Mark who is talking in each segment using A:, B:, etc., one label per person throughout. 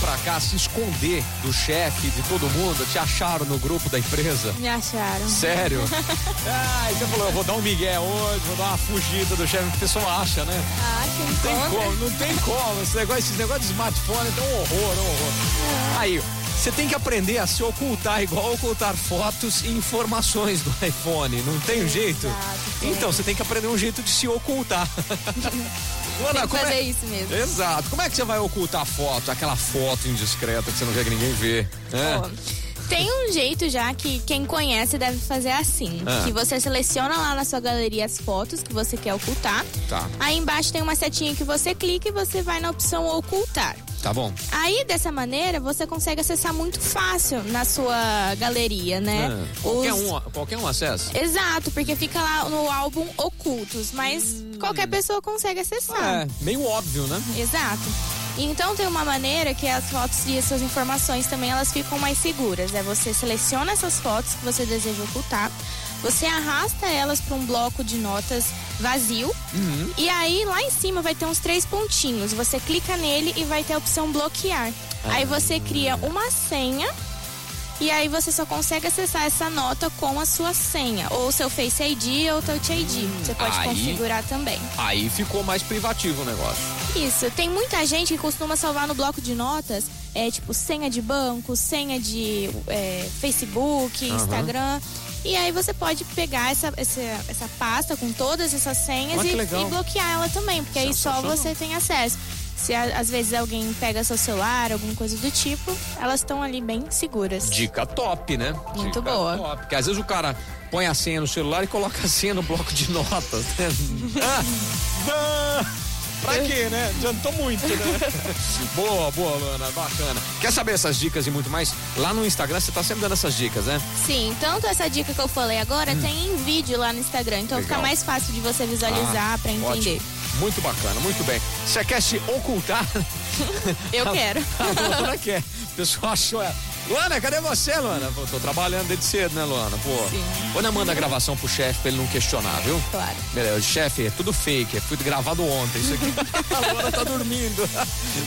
A: pra cá se esconder do chefe, de todo mundo? Te acharam no grupo da empresa?
B: Me acharam.
A: Sério? Ai, você falou, eu vou dar um migué hoje, vou dar uma fugida do chefe. O pessoal acha, né?
B: Ah,
A: Não
B: quem
A: tem
B: compra?
A: como, não tem como. Esse negócio, esse negócio de smartphone é um horror, é um horror. Aí, você tem que aprender a se ocultar, igual ocultar fotos e informações do iPhone. Não tem um jeito?
B: É, Exato, tem.
A: Então, você tem que aprender um jeito de se ocultar. Luana,
B: Tem que
A: como é-
B: fazer isso mesmo.
A: Exato. Como é que você vai ocultar a foto? Aquela foto indiscreta que você não quer que ninguém vê. né?
B: Ó, Tem um jeito já que quem conhece deve fazer assim.
A: Ah.
B: Que você seleciona lá na sua galeria as fotos que você quer ocultar.
A: Tá.
B: Aí embaixo tem uma setinha que você clica e você vai na opção ocultar.
A: Tá bom.
B: Aí, dessa maneira, você consegue acessar muito fácil na sua galeria, né?
A: Ah, Qualquer,
B: Os-
A: um, qualquer um acessa?
B: Exato, porque fica lá no álbum Ocultos, mas qualquer pessoa consegue acessar.
A: Hum. É, meio óbvio, né?
B: Exato. Então tem uma maneira que as fotos e as suas informações também elas ficam mais seguras. É você seleciona essas fotos que você deseja ocultar, você arrasta elas para um bloco de notas vazio e aí lá em cima vai ter uns três pontinhos. Você clica nele e vai ter a opção bloquear. Aí você cria uma senha e aí você só consegue acessar essa nota com a sua senha ou seu Face ID ou Touch ID. Você pode
A: aí-
B: configurar também.
A: Aí ficou mais privativo o negócio.
B: Isso, tem muita gente que costuma salvar no bloco de notas, é tipo senha de banco, senha de é, Facebook, Instagram. E aí você pode pegar essa, essa, essa pasta com todas essas senhas
A: Ah,
B: e,
A: que legal.
B: e bloquear ela também, porque aí só
A: Sensacional.
B: você tem acesso. Se a- às vezes alguém pega seu celular, alguma coisa do tipo, elas estão ali bem seguras.
A: Dica top, né? Dica
B: Muito boa.
A: Top, porque às vezes o cara põe a senha no celular e coloca a senha no bloco de notas. Né? Ah, ah, pra quê, né? Adiantou muito, né? boa, boa, Luana, bacana. Quer saber essas dicas e muito mais? Lá no Instagram você tá sempre dando essas dicas, né?
B: Sim, tanto essa dica que eu falei agora tem em vídeo lá no Instagram, então
A: Hum. Legal. Ah,
B: fica mais fácil de você visualizar pra entender.
A: Ótimo. Muito bacana, muito bem. Você quer se ocultar? Tá
B: Eu quero.
A: A Luana quer. O pessoal achou ela. Luana, cadê você, Luana? Pô, tô trabalhando desde cedo, né, Luana? Pô.
B: Sim.
A: Quando manda a gravação pro chefe pra ele não questionar, viu?
B: Claro.
A: Beleza, chefe, é tudo fake, é tudo gravado ontem, isso aqui. a Luana tá dormindo.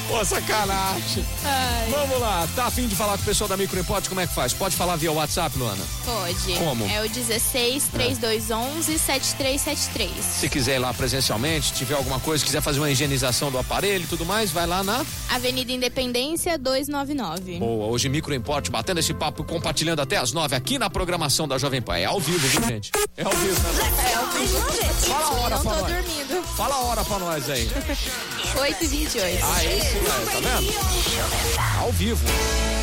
A: Pô, sacanagem.
B: Ai.
A: Vamos lá, tá afim de falar com o pessoal da Microimport, como é que faz? Pode falar via WhatsApp, Luana?
B: Pode.
A: Como?
B: É o 16 3211 7373.
A: Se quiser ir lá presencialmente, tiver alguma coisa, quiser fazer uma higienização do aparelho e tudo mais, vai lá na
B: Avenida Independência 299.
A: Boa, hoje Microimporte batendo esse papo, compartilhando até as nove aqui na programação da Jovem Pan. É ao vivo, viu, gente? É ao vivo. Né?
B: É o que
A: Fala a hora
B: Não
A: pra
B: tô
A: nós.
B: dormindo.
A: Fala a hora pra nós aí.
B: 8h28.
A: Ah, é isso, velho, tá vendo? Ao vivo.